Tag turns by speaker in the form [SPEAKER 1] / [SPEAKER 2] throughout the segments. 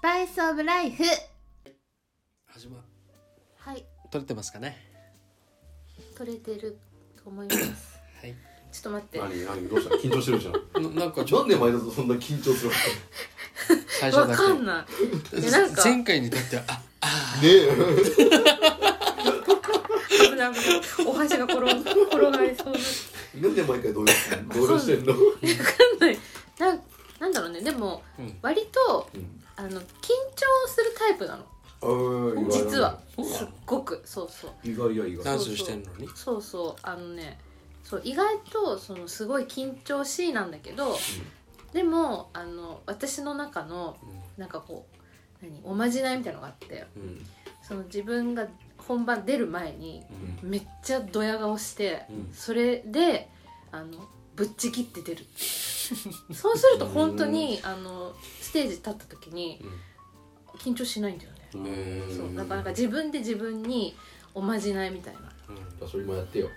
[SPEAKER 1] パイスオブライフ
[SPEAKER 2] 始ま
[SPEAKER 1] はい
[SPEAKER 2] 取れてますかね
[SPEAKER 1] 取れてると思います
[SPEAKER 2] はい
[SPEAKER 1] ちょっと待って
[SPEAKER 3] 何何どうした緊張してるじゃん。
[SPEAKER 2] ななんかち
[SPEAKER 3] な
[SPEAKER 2] ょっ
[SPEAKER 3] んで前田とそんな緊張するの
[SPEAKER 2] と最初
[SPEAKER 1] わ
[SPEAKER 2] だ
[SPEAKER 1] かんな
[SPEAKER 2] け
[SPEAKER 1] いいやなんか
[SPEAKER 2] 前回にとってはあ
[SPEAKER 3] ね
[SPEAKER 1] 危ない危ないお箸が転 が転がりそうな
[SPEAKER 3] え。なんで毎回動揺してんの動揺してんの
[SPEAKER 1] わかんないなんなんだろうねでも、
[SPEAKER 2] うん
[SPEAKER 1] 割と
[SPEAKER 3] うん
[SPEAKER 1] あの緊張するタイプなの
[SPEAKER 3] あー意外だね
[SPEAKER 1] 実は
[SPEAKER 2] そうなの
[SPEAKER 1] すっごくそうそう
[SPEAKER 3] 意外や意
[SPEAKER 2] ダ
[SPEAKER 3] 外。
[SPEAKER 2] ンスしてんのに
[SPEAKER 1] そうそうあのねそう意外とそのすごい緊張しいなんだけど、でもあの私の中のなんかこう何おまじないみたいなのがあって
[SPEAKER 2] うんうん
[SPEAKER 1] その自分が本番出る前に
[SPEAKER 2] うん
[SPEAKER 1] めっちゃドヤ顔して、
[SPEAKER 2] うん
[SPEAKER 1] それであのぶっちぎって 出るそうすると本当にあのステージ立った時に緊張しないんだよね、
[SPEAKER 3] うん
[SPEAKER 2] えー
[SPEAKER 1] そうなかなか自分で自分におまじないみたいな
[SPEAKER 3] じゃあそれもやってよ。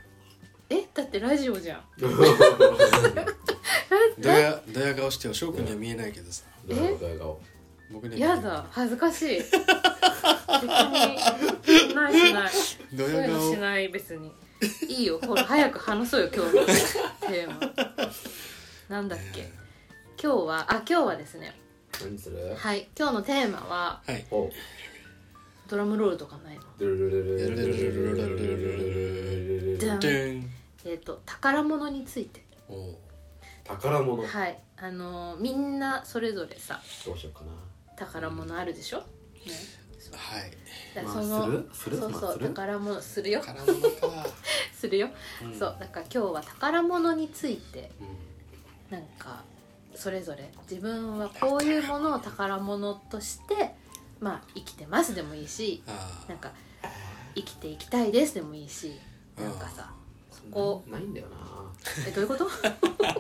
[SPEAKER 1] えだってラジオじゃん
[SPEAKER 2] うんドヤドヤ顔してよ翔くんには見えないけどさ
[SPEAKER 3] どういう笑顔。
[SPEAKER 2] 僕には
[SPEAKER 1] やだ恥ずかしい別にしないしない
[SPEAKER 2] ド
[SPEAKER 1] そういう
[SPEAKER 2] ヤ
[SPEAKER 1] の
[SPEAKER 2] 顔
[SPEAKER 1] しない別に いいよほら早く話そうよ今 日のテーマなんだっけ今日はあ今日はですね
[SPEAKER 3] 何する？
[SPEAKER 1] はい今日のテーマは
[SPEAKER 2] はい
[SPEAKER 3] お。
[SPEAKER 1] ドラムロールとかないの
[SPEAKER 3] ルルルルルルルルルルルルルル
[SPEAKER 1] で
[SPEAKER 2] ドゥン
[SPEAKER 1] えっ、と宝物について
[SPEAKER 2] おう
[SPEAKER 3] 宝物。ど
[SPEAKER 1] はいあのーみんなそれぞれさ
[SPEAKER 3] うしようかな。
[SPEAKER 1] 宝物あるでしょ、ねそう
[SPEAKER 2] はい
[SPEAKER 1] だから
[SPEAKER 3] ま
[SPEAKER 1] そ
[SPEAKER 3] あ
[SPEAKER 1] の、
[SPEAKER 3] するする
[SPEAKER 1] そう
[SPEAKER 3] まあ
[SPEAKER 1] そう
[SPEAKER 3] する
[SPEAKER 1] 宝物するよ
[SPEAKER 2] 絡むのか
[SPEAKER 1] するよ、
[SPEAKER 2] うん
[SPEAKER 1] そうだから今日は宝物について
[SPEAKER 2] うん
[SPEAKER 1] なんかそれぞれ自分はこういうものを宝物としてまあ生きてますでもいいし
[SPEAKER 2] あ
[SPEAKER 1] なんか生きていきたいですでもいいしなんかさそこ
[SPEAKER 3] ないんだよな。
[SPEAKER 1] えどういうこと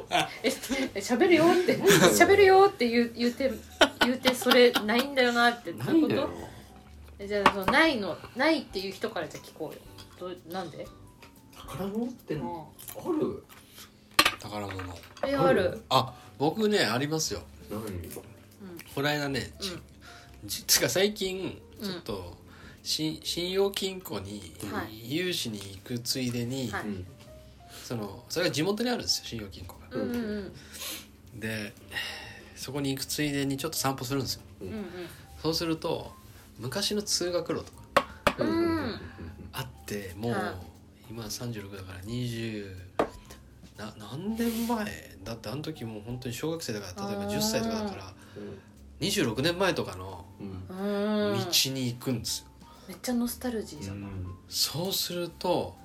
[SPEAKER 1] ええ喋るよって喋るよって言う言うて言うてそれないんだよなってどういうことえじゃあそのないのないっていう人からじゃあ聞こうよどうなんで
[SPEAKER 3] 宝物って
[SPEAKER 1] うん
[SPEAKER 3] ある？
[SPEAKER 2] あ宝物
[SPEAKER 1] それはあ
[SPEAKER 3] あ
[SPEAKER 1] る
[SPEAKER 3] る
[SPEAKER 2] あ僕ねありますよ
[SPEAKER 3] 何？
[SPEAKER 2] この間ねちじつか最近
[SPEAKER 1] うん
[SPEAKER 2] ちょっと、し信用金庫に
[SPEAKER 1] はい
[SPEAKER 2] 融資に行くついでに、
[SPEAKER 1] はい
[SPEAKER 3] うん。
[SPEAKER 2] そのそれが地元にあるんですよ信用金庫が
[SPEAKER 1] うんうんうん
[SPEAKER 2] でそこに行くついでにちょっと散歩するんですよ
[SPEAKER 1] うん
[SPEAKER 2] そうすると昔の通学路とか
[SPEAKER 1] うんうん
[SPEAKER 2] あってもう、
[SPEAKER 1] はい
[SPEAKER 2] 今36だから20な何年前だってあの時もう本当に小学生だから例えば
[SPEAKER 1] あー
[SPEAKER 2] 10歳とかだから26年前とかの
[SPEAKER 3] うん。
[SPEAKER 1] うん
[SPEAKER 2] 道
[SPEAKER 1] うん
[SPEAKER 2] に行くんですよ、
[SPEAKER 1] めっちゃノスタルジーじゃん、
[SPEAKER 2] そうすると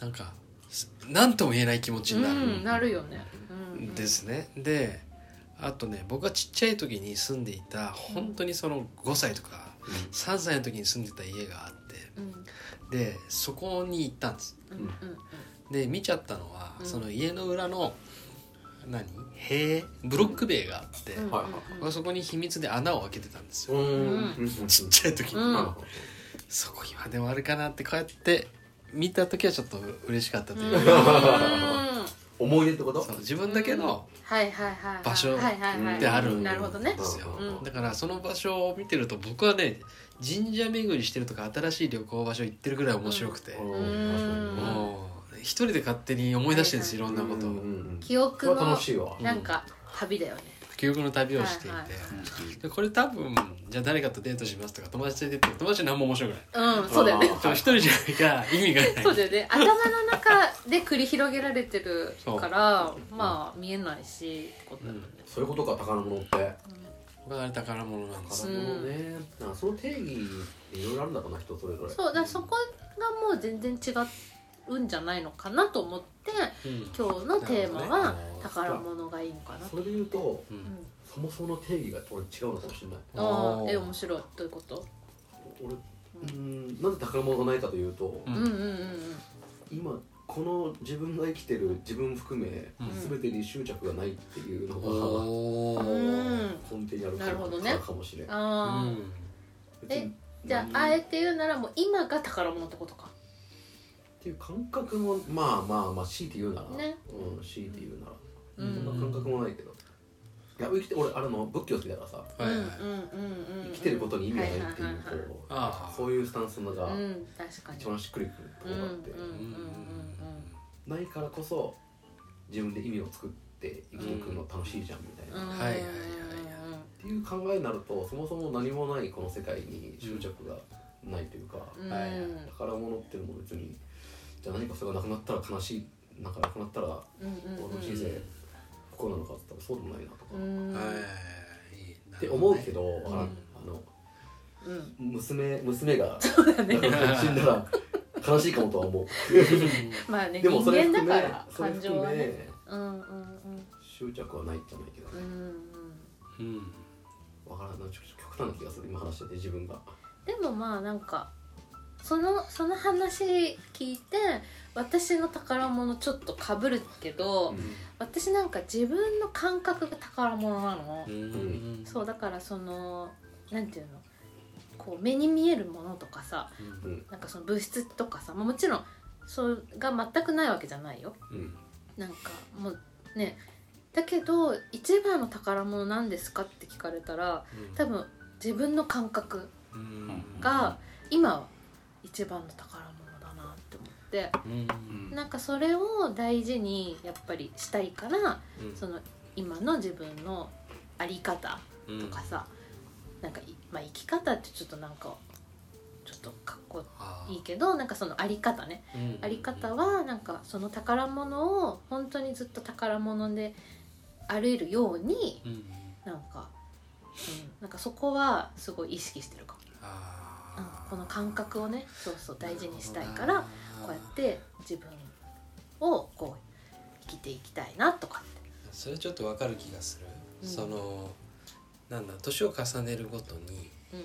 [SPEAKER 2] なんかすなんとも言えない気持ちにな
[SPEAKER 1] う
[SPEAKER 2] る
[SPEAKER 1] ん、なるよね、うんうん、
[SPEAKER 2] ですね、であとね僕がちっちゃい時に住んでいた本当にその5歳とか3歳の時に住んでた家があっ
[SPEAKER 1] うん
[SPEAKER 2] てでそこに行ったんです
[SPEAKER 1] うんうん
[SPEAKER 2] で見ちゃったのは、
[SPEAKER 1] うん
[SPEAKER 2] その家の裏の何塀ブロック塀があって、
[SPEAKER 1] うんうん
[SPEAKER 3] はい
[SPEAKER 2] 僕はそこに秘密で穴を開けてたんですよ、
[SPEAKER 3] うん。
[SPEAKER 2] ちっちゃい時に、
[SPEAKER 1] うん
[SPEAKER 2] そこ今でもあるかなってこうやって見た時はちょっと嬉しかったという
[SPEAKER 1] うんうん
[SPEAKER 2] か、
[SPEAKER 3] 思い出ってこと
[SPEAKER 2] そう自分だけの
[SPEAKER 1] はいはいはいはい
[SPEAKER 2] 場所
[SPEAKER 1] はいはいはい
[SPEAKER 2] であるん
[SPEAKER 1] なるほどね
[SPEAKER 2] ですよ、
[SPEAKER 1] うん
[SPEAKER 2] だからその場所を見てると僕はね神社巡りしてるとか新しい旅行場所行ってるぐらい面白くて、
[SPEAKER 1] うん
[SPEAKER 2] もう一人で勝手に思い出してるんです、
[SPEAKER 1] はい
[SPEAKER 2] いろんなことを、
[SPEAKER 1] 記憶
[SPEAKER 3] これ
[SPEAKER 1] の
[SPEAKER 3] 楽しいわ
[SPEAKER 1] なんか旅だよね
[SPEAKER 2] 記憶の旅をしていて、
[SPEAKER 1] はいはい
[SPEAKER 2] でこれ多分じゃあ誰かとデートしますとか友達とデート友達何も面白くない
[SPEAKER 1] うんそうだよね
[SPEAKER 2] そう一人じゃないから意味がな い
[SPEAKER 1] そうだよね頭の中で繰り広げられてるからまあ見えないしってことだよね
[SPEAKER 3] そういうことか宝物って
[SPEAKER 2] 僕はあれ宝物なんです
[SPEAKER 3] 宝物ねなんかその定義いろいろあるんだろうな人それぞれ
[SPEAKER 1] そうだからそこがもう全然違うんじゃないのかなと思って
[SPEAKER 2] うん
[SPEAKER 1] 今日のテーマ
[SPEAKER 2] な
[SPEAKER 1] は
[SPEAKER 2] るほどね
[SPEAKER 1] 宝物がいいのかな
[SPEAKER 3] それで言うと
[SPEAKER 2] うん
[SPEAKER 3] そもそもの定義が俺違うのかもしれない
[SPEAKER 1] あ
[SPEAKER 2] お
[SPEAKER 1] あ
[SPEAKER 2] ー
[SPEAKER 1] え面白いどういうこと
[SPEAKER 3] 俺うんなんで宝物がないかというと
[SPEAKER 2] うん
[SPEAKER 1] うんうんうんうん
[SPEAKER 3] 今この自分が生きてる自分含め
[SPEAKER 2] うん
[SPEAKER 3] 全てに執着がないっていうのが
[SPEAKER 2] お
[SPEAKER 1] う
[SPEAKER 2] ー
[SPEAKER 1] ん
[SPEAKER 3] 根底にある
[SPEAKER 1] なるほどね
[SPEAKER 3] かもしれない
[SPEAKER 1] あ
[SPEAKER 2] う
[SPEAKER 1] ー
[SPEAKER 2] ん
[SPEAKER 1] えじゃああえて言うならもう今が宝物ってことか
[SPEAKER 3] っていう感覚もまあまあまあ強いて言うなら、
[SPEAKER 1] ね
[SPEAKER 3] うん強いて言うなら、
[SPEAKER 1] うん
[SPEAKER 3] そんな感覚もないけど、や生きて俺あれの仏教好きだからさ
[SPEAKER 1] うん
[SPEAKER 2] はい
[SPEAKER 1] うん
[SPEAKER 2] は
[SPEAKER 1] うん
[SPEAKER 2] い
[SPEAKER 1] うんう
[SPEAKER 3] 生
[SPEAKER 1] ん
[SPEAKER 3] きてることに意味がないってい
[SPEAKER 1] はい
[SPEAKER 3] う
[SPEAKER 1] はいはいはい
[SPEAKER 3] こう
[SPEAKER 2] ああ
[SPEAKER 3] そういうスタンスのが
[SPEAKER 1] うん確かに
[SPEAKER 3] 一番しっくりくるところがあって、
[SPEAKER 1] うんうん
[SPEAKER 3] ないからこそ自分で意味を作って生きていくの楽しいじゃんみたいな、
[SPEAKER 1] うん
[SPEAKER 3] っ
[SPEAKER 1] うん
[SPEAKER 2] はいはいはいはい
[SPEAKER 3] ていう考えになるとそもそも何もないこの世界に執着がないというか、
[SPEAKER 1] うん
[SPEAKER 2] はいはい
[SPEAKER 3] 宝物っていうのも別にじゃあ何かそれがなくなったら悲しいなんかなくなったら
[SPEAKER 1] うんうんうん
[SPEAKER 3] 俺の人生不幸なのかって言ったらそうでもないなとか、
[SPEAKER 1] う
[SPEAKER 3] っ
[SPEAKER 1] ん
[SPEAKER 2] はいいいな
[SPEAKER 3] て
[SPEAKER 2] るほ
[SPEAKER 3] 思
[SPEAKER 2] ど
[SPEAKER 3] う
[SPEAKER 2] ね
[SPEAKER 3] けど、あらあの
[SPEAKER 1] うん
[SPEAKER 3] 娘娘が
[SPEAKER 1] そうだね
[SPEAKER 3] 死んだら悲しいかもとは思う
[SPEAKER 1] まあね
[SPEAKER 3] でも
[SPEAKER 1] 人
[SPEAKER 3] それ
[SPEAKER 1] 間
[SPEAKER 3] 含
[SPEAKER 1] だか
[SPEAKER 3] め
[SPEAKER 1] ら
[SPEAKER 3] それ
[SPEAKER 1] 感情
[SPEAKER 3] 含
[SPEAKER 1] は
[SPEAKER 3] め、
[SPEAKER 1] ねうんうんうん
[SPEAKER 3] 執着はないじゃないけど
[SPEAKER 1] う
[SPEAKER 3] ね
[SPEAKER 1] ん
[SPEAKER 2] うん
[SPEAKER 3] わからんないちょっと極端な気がする今話してて自分が
[SPEAKER 1] でもまあなんかそのその話聞いて私の宝物ちょっとかぶるけど、私なんか自分の感覚が宝物なの、
[SPEAKER 2] うん
[SPEAKER 1] そうだからそのなんていうのこう目に見えるものとかさ
[SPEAKER 2] うん
[SPEAKER 3] うん
[SPEAKER 1] なんかその物質とかさまあもちろんそれが全くないわけじゃないよ
[SPEAKER 3] うん
[SPEAKER 1] なんかもうねだけど一番の宝物なんですかって聞かれたら多分自分の感覚
[SPEAKER 2] うん
[SPEAKER 1] が今一番の宝物だなって思って
[SPEAKER 2] うん
[SPEAKER 1] なんかそれを大事にやっぱりしたいから
[SPEAKER 2] うん
[SPEAKER 1] その今の自分の在り方とかさ、なんかい、まあ、生き方ってちょっとなんかちょっとかっこいいけどなんかその在り方ね在り方はなんかその宝物を本当にずっと宝物であれるように
[SPEAKER 2] うん
[SPEAKER 1] なんか、うん、なんかそこはすごい意識してるかも、
[SPEAKER 2] あ
[SPEAKER 1] うん
[SPEAKER 2] ー、
[SPEAKER 1] この感覚をねそうそう大事にしたいか
[SPEAKER 2] な
[SPEAKER 1] ら
[SPEAKER 2] る
[SPEAKER 1] こう
[SPEAKER 2] ほどな
[SPEAKER 1] やって自分をこう生きていきたいなとかって。
[SPEAKER 2] それちょっとわかる気がする、
[SPEAKER 1] うん
[SPEAKER 2] そのなんだ年を重ねるごとに
[SPEAKER 1] うん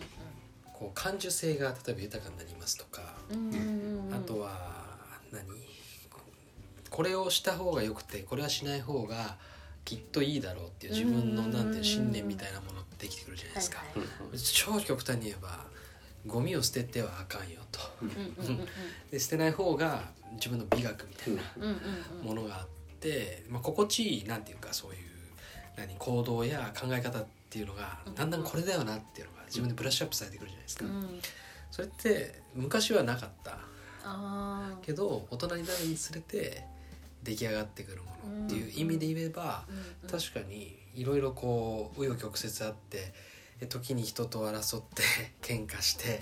[SPEAKER 2] こう感受性が例えば豊かになりますとか、
[SPEAKER 1] うんうんうんうん
[SPEAKER 2] あとは何ここれをした方がよくてこれはしない方がきっといいだろうっていう自分の
[SPEAKER 1] うん
[SPEAKER 2] なんていう信念みたいなものってできてくるじゃないですか、
[SPEAKER 1] はいはい
[SPEAKER 2] 超極端に言えばゴミを捨ててはあかんよと
[SPEAKER 1] うんうんうん
[SPEAKER 2] で捨てない方が自分の美学みたいな
[SPEAKER 1] うんうんうん
[SPEAKER 2] ものがあって、まあ、心地いいなんていうかそういう何行動や考え方っていうのがだんだんこれだよなっていうのが自分でブラッシュアップされてくるじゃないですか、
[SPEAKER 1] うん
[SPEAKER 2] それって昔はなかった
[SPEAKER 1] あー
[SPEAKER 2] けど大人になるにつれて出来上がってくるものっていう意味で言えば、
[SPEAKER 1] うんうん
[SPEAKER 2] 確かにいろいろこう紆余曲折あってえ時に人と争って 喧嘩して、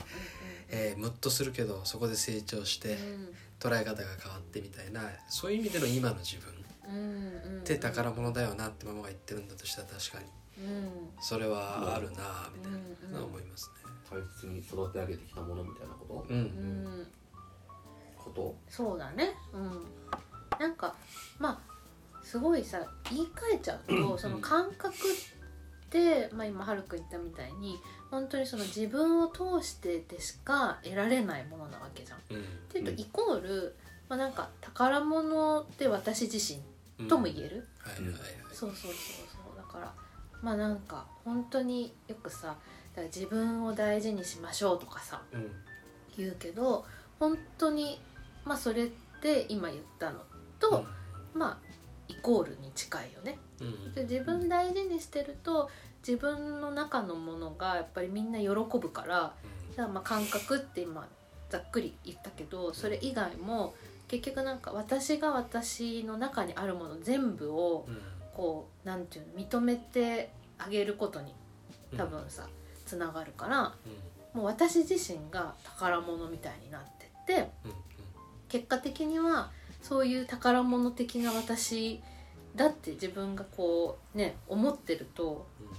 [SPEAKER 2] えームッとするけどそこで成長し
[SPEAKER 1] う
[SPEAKER 2] て
[SPEAKER 1] ん
[SPEAKER 2] 捉え方が変わってみたいなそういう意味での今の自分
[SPEAKER 1] うんうんうん
[SPEAKER 2] って宝物だよなってママが言ってるんだとしたら確かに
[SPEAKER 1] うん
[SPEAKER 2] それはあるなみたい
[SPEAKER 1] うん
[SPEAKER 2] なのは
[SPEAKER 1] うん
[SPEAKER 2] 思いますね。
[SPEAKER 3] 大切に育て上げてきたものみたいなこと、
[SPEAKER 2] うん
[SPEAKER 1] う
[SPEAKER 2] う
[SPEAKER 1] んん
[SPEAKER 3] こと
[SPEAKER 1] そうだねうんなんかまあすごいさ言い換えちゃうとその感覚って、まあ、今はるくん言ったみたいに本当にその自分を通してでしか得られないものなわけじゃん。っ
[SPEAKER 2] うん
[SPEAKER 1] ていうと
[SPEAKER 3] うん
[SPEAKER 1] イコール、まあ、なんか宝物で私自身
[SPEAKER 2] うん
[SPEAKER 1] とも言える
[SPEAKER 2] はいはいはい
[SPEAKER 1] そうそうそうそうだからまあなんか本当によくさだから自分を大事にしましょうとかさ
[SPEAKER 2] うん
[SPEAKER 1] 言うけど本当にまあそれって今言ったのと、まあイコールに近いよね。
[SPEAKER 2] うんうん
[SPEAKER 1] で自分大事にしてると自分の中のものがやっぱりみんな喜ぶからじゃあまあ感覚って今ざっくり言ったけどそれ以外も結局なんか私が私の中にあるもの全部を
[SPEAKER 2] うん
[SPEAKER 1] こうなんていうの認めてあげることに
[SPEAKER 2] うん
[SPEAKER 1] 多分さつながるから
[SPEAKER 2] うん
[SPEAKER 1] もう私自身が宝物みたいになってって
[SPEAKER 2] うん
[SPEAKER 1] 結果的にはそういう宝物的な私だって自分がこうね思ってると
[SPEAKER 2] うん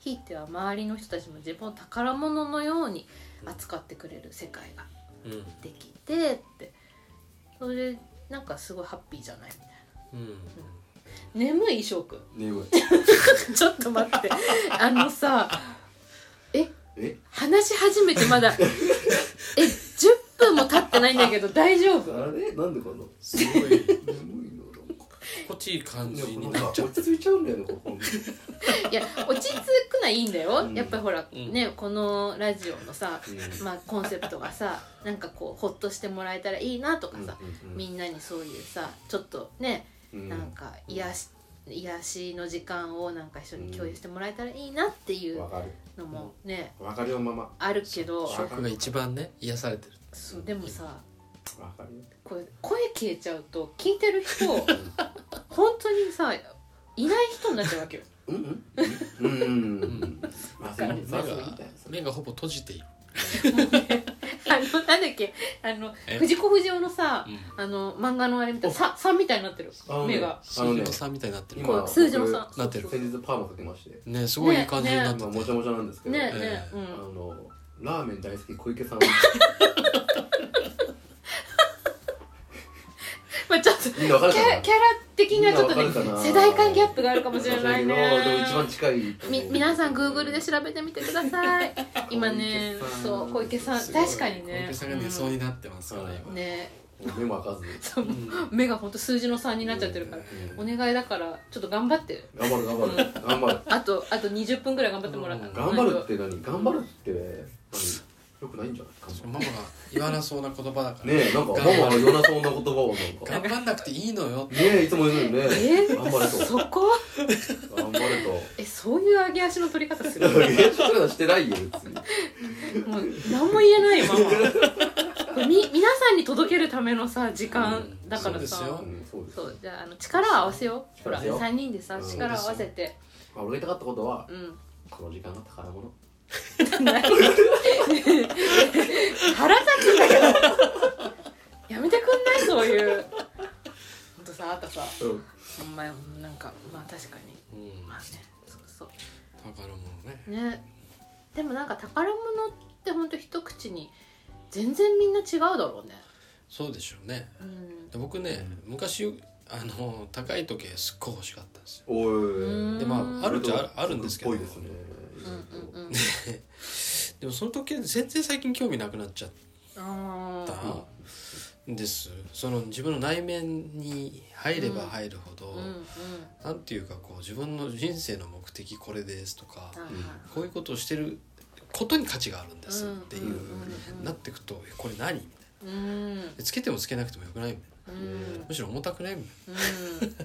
[SPEAKER 1] ひいては周りの人たちも自分を宝物のように
[SPEAKER 2] うん
[SPEAKER 1] 扱ってくれる世界が
[SPEAKER 2] うん
[SPEAKER 1] できてってそれなんかすごいハッピーじゃないみたいな。
[SPEAKER 2] うん
[SPEAKER 1] 眠い翔くん
[SPEAKER 3] 眠い
[SPEAKER 1] ちょっと待ってあのさ
[SPEAKER 3] え
[SPEAKER 1] 話し始めてまだえ10分も経ってないんだけど大丈夫
[SPEAKER 3] あれなんでかな
[SPEAKER 2] すごい
[SPEAKER 3] 眠いのなんか
[SPEAKER 2] 心地いい感じ
[SPEAKER 3] な
[SPEAKER 2] に
[SPEAKER 3] んか
[SPEAKER 2] なっちゃう。
[SPEAKER 3] 落ち着いちゃうんだよねここ
[SPEAKER 1] いや落ち着くのはいいんだよ
[SPEAKER 3] うん
[SPEAKER 1] やっぱりほら、
[SPEAKER 2] うん
[SPEAKER 1] ねこのラジオのさ、
[SPEAKER 3] うん
[SPEAKER 1] まあ、コンセプトがさなんかこうほっとしてもらえたらいいなとかさ、
[SPEAKER 3] うんうんうん
[SPEAKER 1] みんなにそういうさちょっとね
[SPEAKER 3] うん
[SPEAKER 1] なんか癒し癒しの時間をなんか一緒に共有してもらえたらいいなっていう
[SPEAKER 3] わかる
[SPEAKER 1] のもね、
[SPEAKER 3] わかるよママ
[SPEAKER 1] あるけど
[SPEAKER 3] そう
[SPEAKER 2] 僕が一番ね癒されてる
[SPEAKER 1] そうでもさ
[SPEAKER 3] わかるよ
[SPEAKER 1] これ声消えちゃうと聞いてる 人本当にさいない人になっちゃうわ けよ
[SPEAKER 3] うんうんうんうんまあそう
[SPEAKER 1] わか
[SPEAKER 3] 言
[SPEAKER 1] る
[SPEAKER 3] う
[SPEAKER 2] 目
[SPEAKER 3] まあ
[SPEAKER 2] が
[SPEAKER 3] そう言いたいそれ
[SPEAKER 2] 目がほぼ閉じている、
[SPEAKER 1] あのなんだっけあの
[SPEAKER 2] え
[SPEAKER 1] 藤子不二雄のさ
[SPEAKER 2] うん、
[SPEAKER 1] あの漫画のあれみたいなさ3みたいになってる
[SPEAKER 3] あのね
[SPEAKER 1] 目が
[SPEAKER 3] あの
[SPEAKER 2] 数
[SPEAKER 3] ね
[SPEAKER 2] 字のさんみたいになってる
[SPEAKER 1] こ
[SPEAKER 3] 今
[SPEAKER 1] う数字の3
[SPEAKER 2] なってる
[SPEAKER 3] 先日パーマかけまして
[SPEAKER 2] ねすごいいい感じになって
[SPEAKER 3] 今
[SPEAKER 2] て、
[SPEAKER 3] もちゃもちゃなんですけど
[SPEAKER 1] ねえ
[SPEAKER 2] え
[SPEAKER 1] ねえ、う
[SPEAKER 3] あ
[SPEAKER 1] ん
[SPEAKER 3] のラーメン大好き小池さん
[SPEAKER 1] まあちょっと
[SPEAKER 3] みんなわかる
[SPEAKER 1] キ
[SPEAKER 3] か
[SPEAKER 1] ャ
[SPEAKER 3] な
[SPEAKER 1] キャラ的にはちょっとね
[SPEAKER 3] みんなわかるかな
[SPEAKER 1] 世代間ギャップがあるかもしれないね
[SPEAKER 3] でも一番近いと思
[SPEAKER 1] み
[SPEAKER 3] う
[SPEAKER 1] 皆さん Google で調べてみてくださ い今ね
[SPEAKER 3] 小池さん
[SPEAKER 1] そう小池さん
[SPEAKER 2] すごい
[SPEAKER 1] 確かにね
[SPEAKER 2] 小池さんが寝そうになってますから、
[SPEAKER 3] うん
[SPEAKER 2] 今、
[SPEAKER 1] うんね
[SPEAKER 3] 目も開かず
[SPEAKER 1] そう目がほんと数字の3になっちゃってるからお願いだからちょっと頑張って
[SPEAKER 3] 頑張る頑張る頑張る
[SPEAKER 1] あとあと20分ぐらい頑張ってもらわないと
[SPEAKER 3] 頑張るって何頑張るって何よくないんじゃない
[SPEAKER 2] そのママが言わなそうな言葉だから、
[SPEAKER 3] ねえなんかママが言わなそうな言葉をなん
[SPEAKER 2] 頑
[SPEAKER 3] か
[SPEAKER 2] 張んなくていいのよ
[SPEAKER 3] ねえいつも言うのよね
[SPEAKER 1] え
[SPEAKER 3] 頑張れと
[SPEAKER 1] そこ
[SPEAKER 3] 頑張れと
[SPEAKER 1] えそういう上げ足の取り方す
[SPEAKER 3] いや
[SPEAKER 1] る
[SPEAKER 3] いやそれはしてないよ別に
[SPEAKER 1] もう何も言えないよママこれみ皆さんに届けるためめのさ時間
[SPEAKER 2] うん
[SPEAKER 1] だから
[SPEAKER 2] そうです
[SPEAKER 1] さ
[SPEAKER 2] よ
[SPEAKER 3] うんそうです
[SPEAKER 1] そうじゃああの力を合わせようほ
[SPEAKER 3] 力
[SPEAKER 1] ら
[SPEAKER 3] 合わせよう
[SPEAKER 1] 3人でさ
[SPEAKER 3] うん
[SPEAKER 1] 力を合わせて
[SPEAKER 3] まあ俺が言いたかったことは
[SPEAKER 1] うん
[SPEAKER 3] この時間が宝物
[SPEAKER 1] 腹立つんだけど やめてくんないそういうほんとさあとさ
[SPEAKER 3] うん
[SPEAKER 1] お前なんかまあ確かに
[SPEAKER 2] うん
[SPEAKER 1] まあねそうそう
[SPEAKER 2] 宝物ね
[SPEAKER 1] ねでもなんか宝物ってほんと一口に全然みんな違うだろうね
[SPEAKER 2] そうでしょうね
[SPEAKER 1] うん
[SPEAKER 2] で僕ね昔あの高い時計すっごい欲しかったんですよ
[SPEAKER 3] お
[SPEAKER 1] うん
[SPEAKER 3] い
[SPEAKER 2] でまああるっちゃあるあるんですけど
[SPEAKER 3] ぽいですね
[SPEAKER 1] うんうんうん
[SPEAKER 2] でもその時計全然最近興味なくなっちゃっ
[SPEAKER 1] あ
[SPEAKER 2] た
[SPEAKER 1] ー
[SPEAKER 2] んですその自分の内面に入れば入るほど、
[SPEAKER 1] うんうん
[SPEAKER 2] なんていうかこう自分の人生の目的これですとか、
[SPEAKER 1] はい
[SPEAKER 2] こういうことをしてることに価値があるんですっ
[SPEAKER 1] うん
[SPEAKER 2] ていう、
[SPEAKER 1] うんうんうん
[SPEAKER 2] なってくと「えこれ何?」みたい
[SPEAKER 1] うんうん
[SPEAKER 2] な「つけてもつけなくてもよくない?」みたいな
[SPEAKER 1] うん
[SPEAKER 2] むしろ重たくないみた
[SPEAKER 1] う
[SPEAKER 2] い
[SPEAKER 1] ん
[SPEAKER 3] で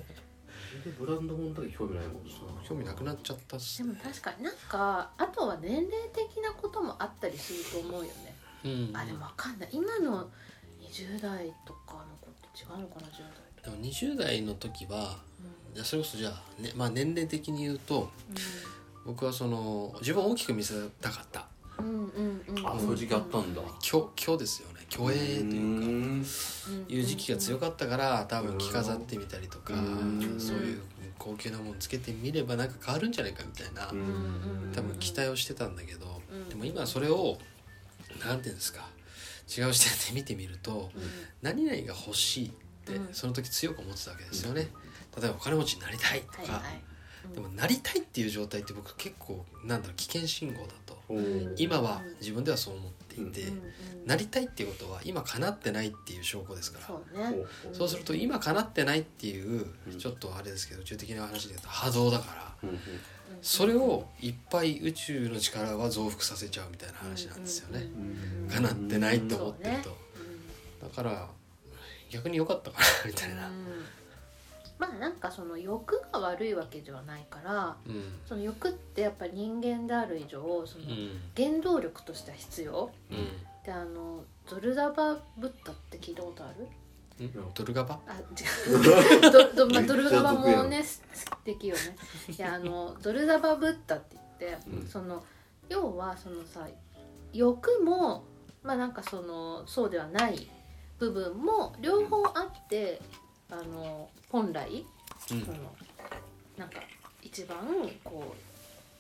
[SPEAKER 3] ブランドもんだけ興味ないもん
[SPEAKER 2] な興味なくなっちゃったっす
[SPEAKER 1] でも確かになんかあとは年齢的なこともあったりすると思うよね
[SPEAKER 2] うん、
[SPEAKER 1] あでもわかんない今の20代とかの子って違うのかな10代と
[SPEAKER 2] でも20代の時は
[SPEAKER 1] う
[SPEAKER 2] いやそれこそじゃあ、ねまあ、年齢的に言うと
[SPEAKER 1] ん
[SPEAKER 2] 僕はその自分を大きく見せたかった
[SPEAKER 1] うんうんうんうん
[SPEAKER 3] あそういう時期あったんだ
[SPEAKER 2] 虚虚ですよね虚栄というか。
[SPEAKER 3] う
[SPEAKER 2] いう時期が強
[SPEAKER 1] く
[SPEAKER 2] かったから多分着飾ってみたりとか
[SPEAKER 3] うん
[SPEAKER 2] そういう高級なものつけてみればなんか変わるんじゃないかみたいな
[SPEAKER 3] ーん
[SPEAKER 1] うん
[SPEAKER 2] 多分期待をしてたんだけど
[SPEAKER 1] うん
[SPEAKER 2] でも今それを何ていうんですか違う視点で見てみると何々が欲しいって
[SPEAKER 1] うん
[SPEAKER 2] その時強く思ってたわけですよね。例えばお金持ちになりたいと
[SPEAKER 1] はい
[SPEAKER 2] か
[SPEAKER 1] はいうん
[SPEAKER 2] でもなりたいっていう状態って僕結構なんだろう危険信号だと
[SPEAKER 3] おー
[SPEAKER 2] 今は自分ではそう思っていて
[SPEAKER 1] うんうん
[SPEAKER 2] なりたいっていうことは今叶ってないっていう証拠ですから。
[SPEAKER 1] そうね
[SPEAKER 3] お
[SPEAKER 2] そうすると今叶ってないっていう
[SPEAKER 3] うん
[SPEAKER 2] ちょっとあれですけど宇宙的な話で言うと波動だから
[SPEAKER 3] うんうん
[SPEAKER 2] それをいっぱい宇宙の力は増幅させちゃうみたいな話なんですよね
[SPEAKER 1] う。ん
[SPEAKER 2] 叶ってないと思ってると
[SPEAKER 1] そ
[SPEAKER 2] だから逆に良かったかなみたいな
[SPEAKER 1] う。んまあなんかその欲が悪いわけではないから
[SPEAKER 2] うん
[SPEAKER 1] その欲ってやっぱり人間である以上その
[SPEAKER 2] うん
[SPEAKER 1] 原動力としては必要
[SPEAKER 2] う
[SPEAKER 1] であのゾルダバブッダって聞いたことある
[SPEAKER 2] んドルガバ
[SPEAKER 1] あ 違うどど、まあ、
[SPEAKER 3] めっち
[SPEAKER 1] ド
[SPEAKER 3] ゃ
[SPEAKER 1] ルダバもねす素敵よねいやあのゾルダバブッダって言って
[SPEAKER 3] うん
[SPEAKER 1] その要はそのさ欲もまあなんかそのそうではない部分も両方あってあの本来
[SPEAKER 2] うん
[SPEAKER 1] そのなんか一番こ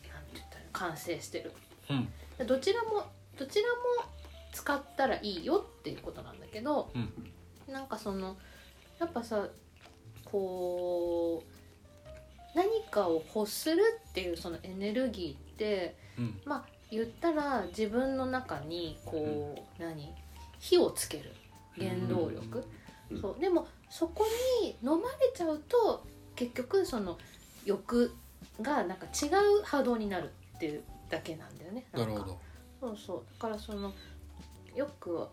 [SPEAKER 1] うなんて言ったらいいの完成してる
[SPEAKER 2] うん
[SPEAKER 1] でどちらもどちらも使ったらいいよっていうことなんだけど、
[SPEAKER 2] うん
[SPEAKER 1] なんかそのやっぱさこう何かを欲するっていうそのエネルギーって
[SPEAKER 2] うん
[SPEAKER 1] まあ言ったら自分の中にこう、何火をつける原動力、
[SPEAKER 3] うん
[SPEAKER 1] そうでもそこに飲まれちゃうと結局その欲がなんか違う波動になるっていうだけなんだよね。ん
[SPEAKER 2] な
[SPEAKER 1] か
[SPEAKER 2] るほど。
[SPEAKER 1] そうそうだからそのよく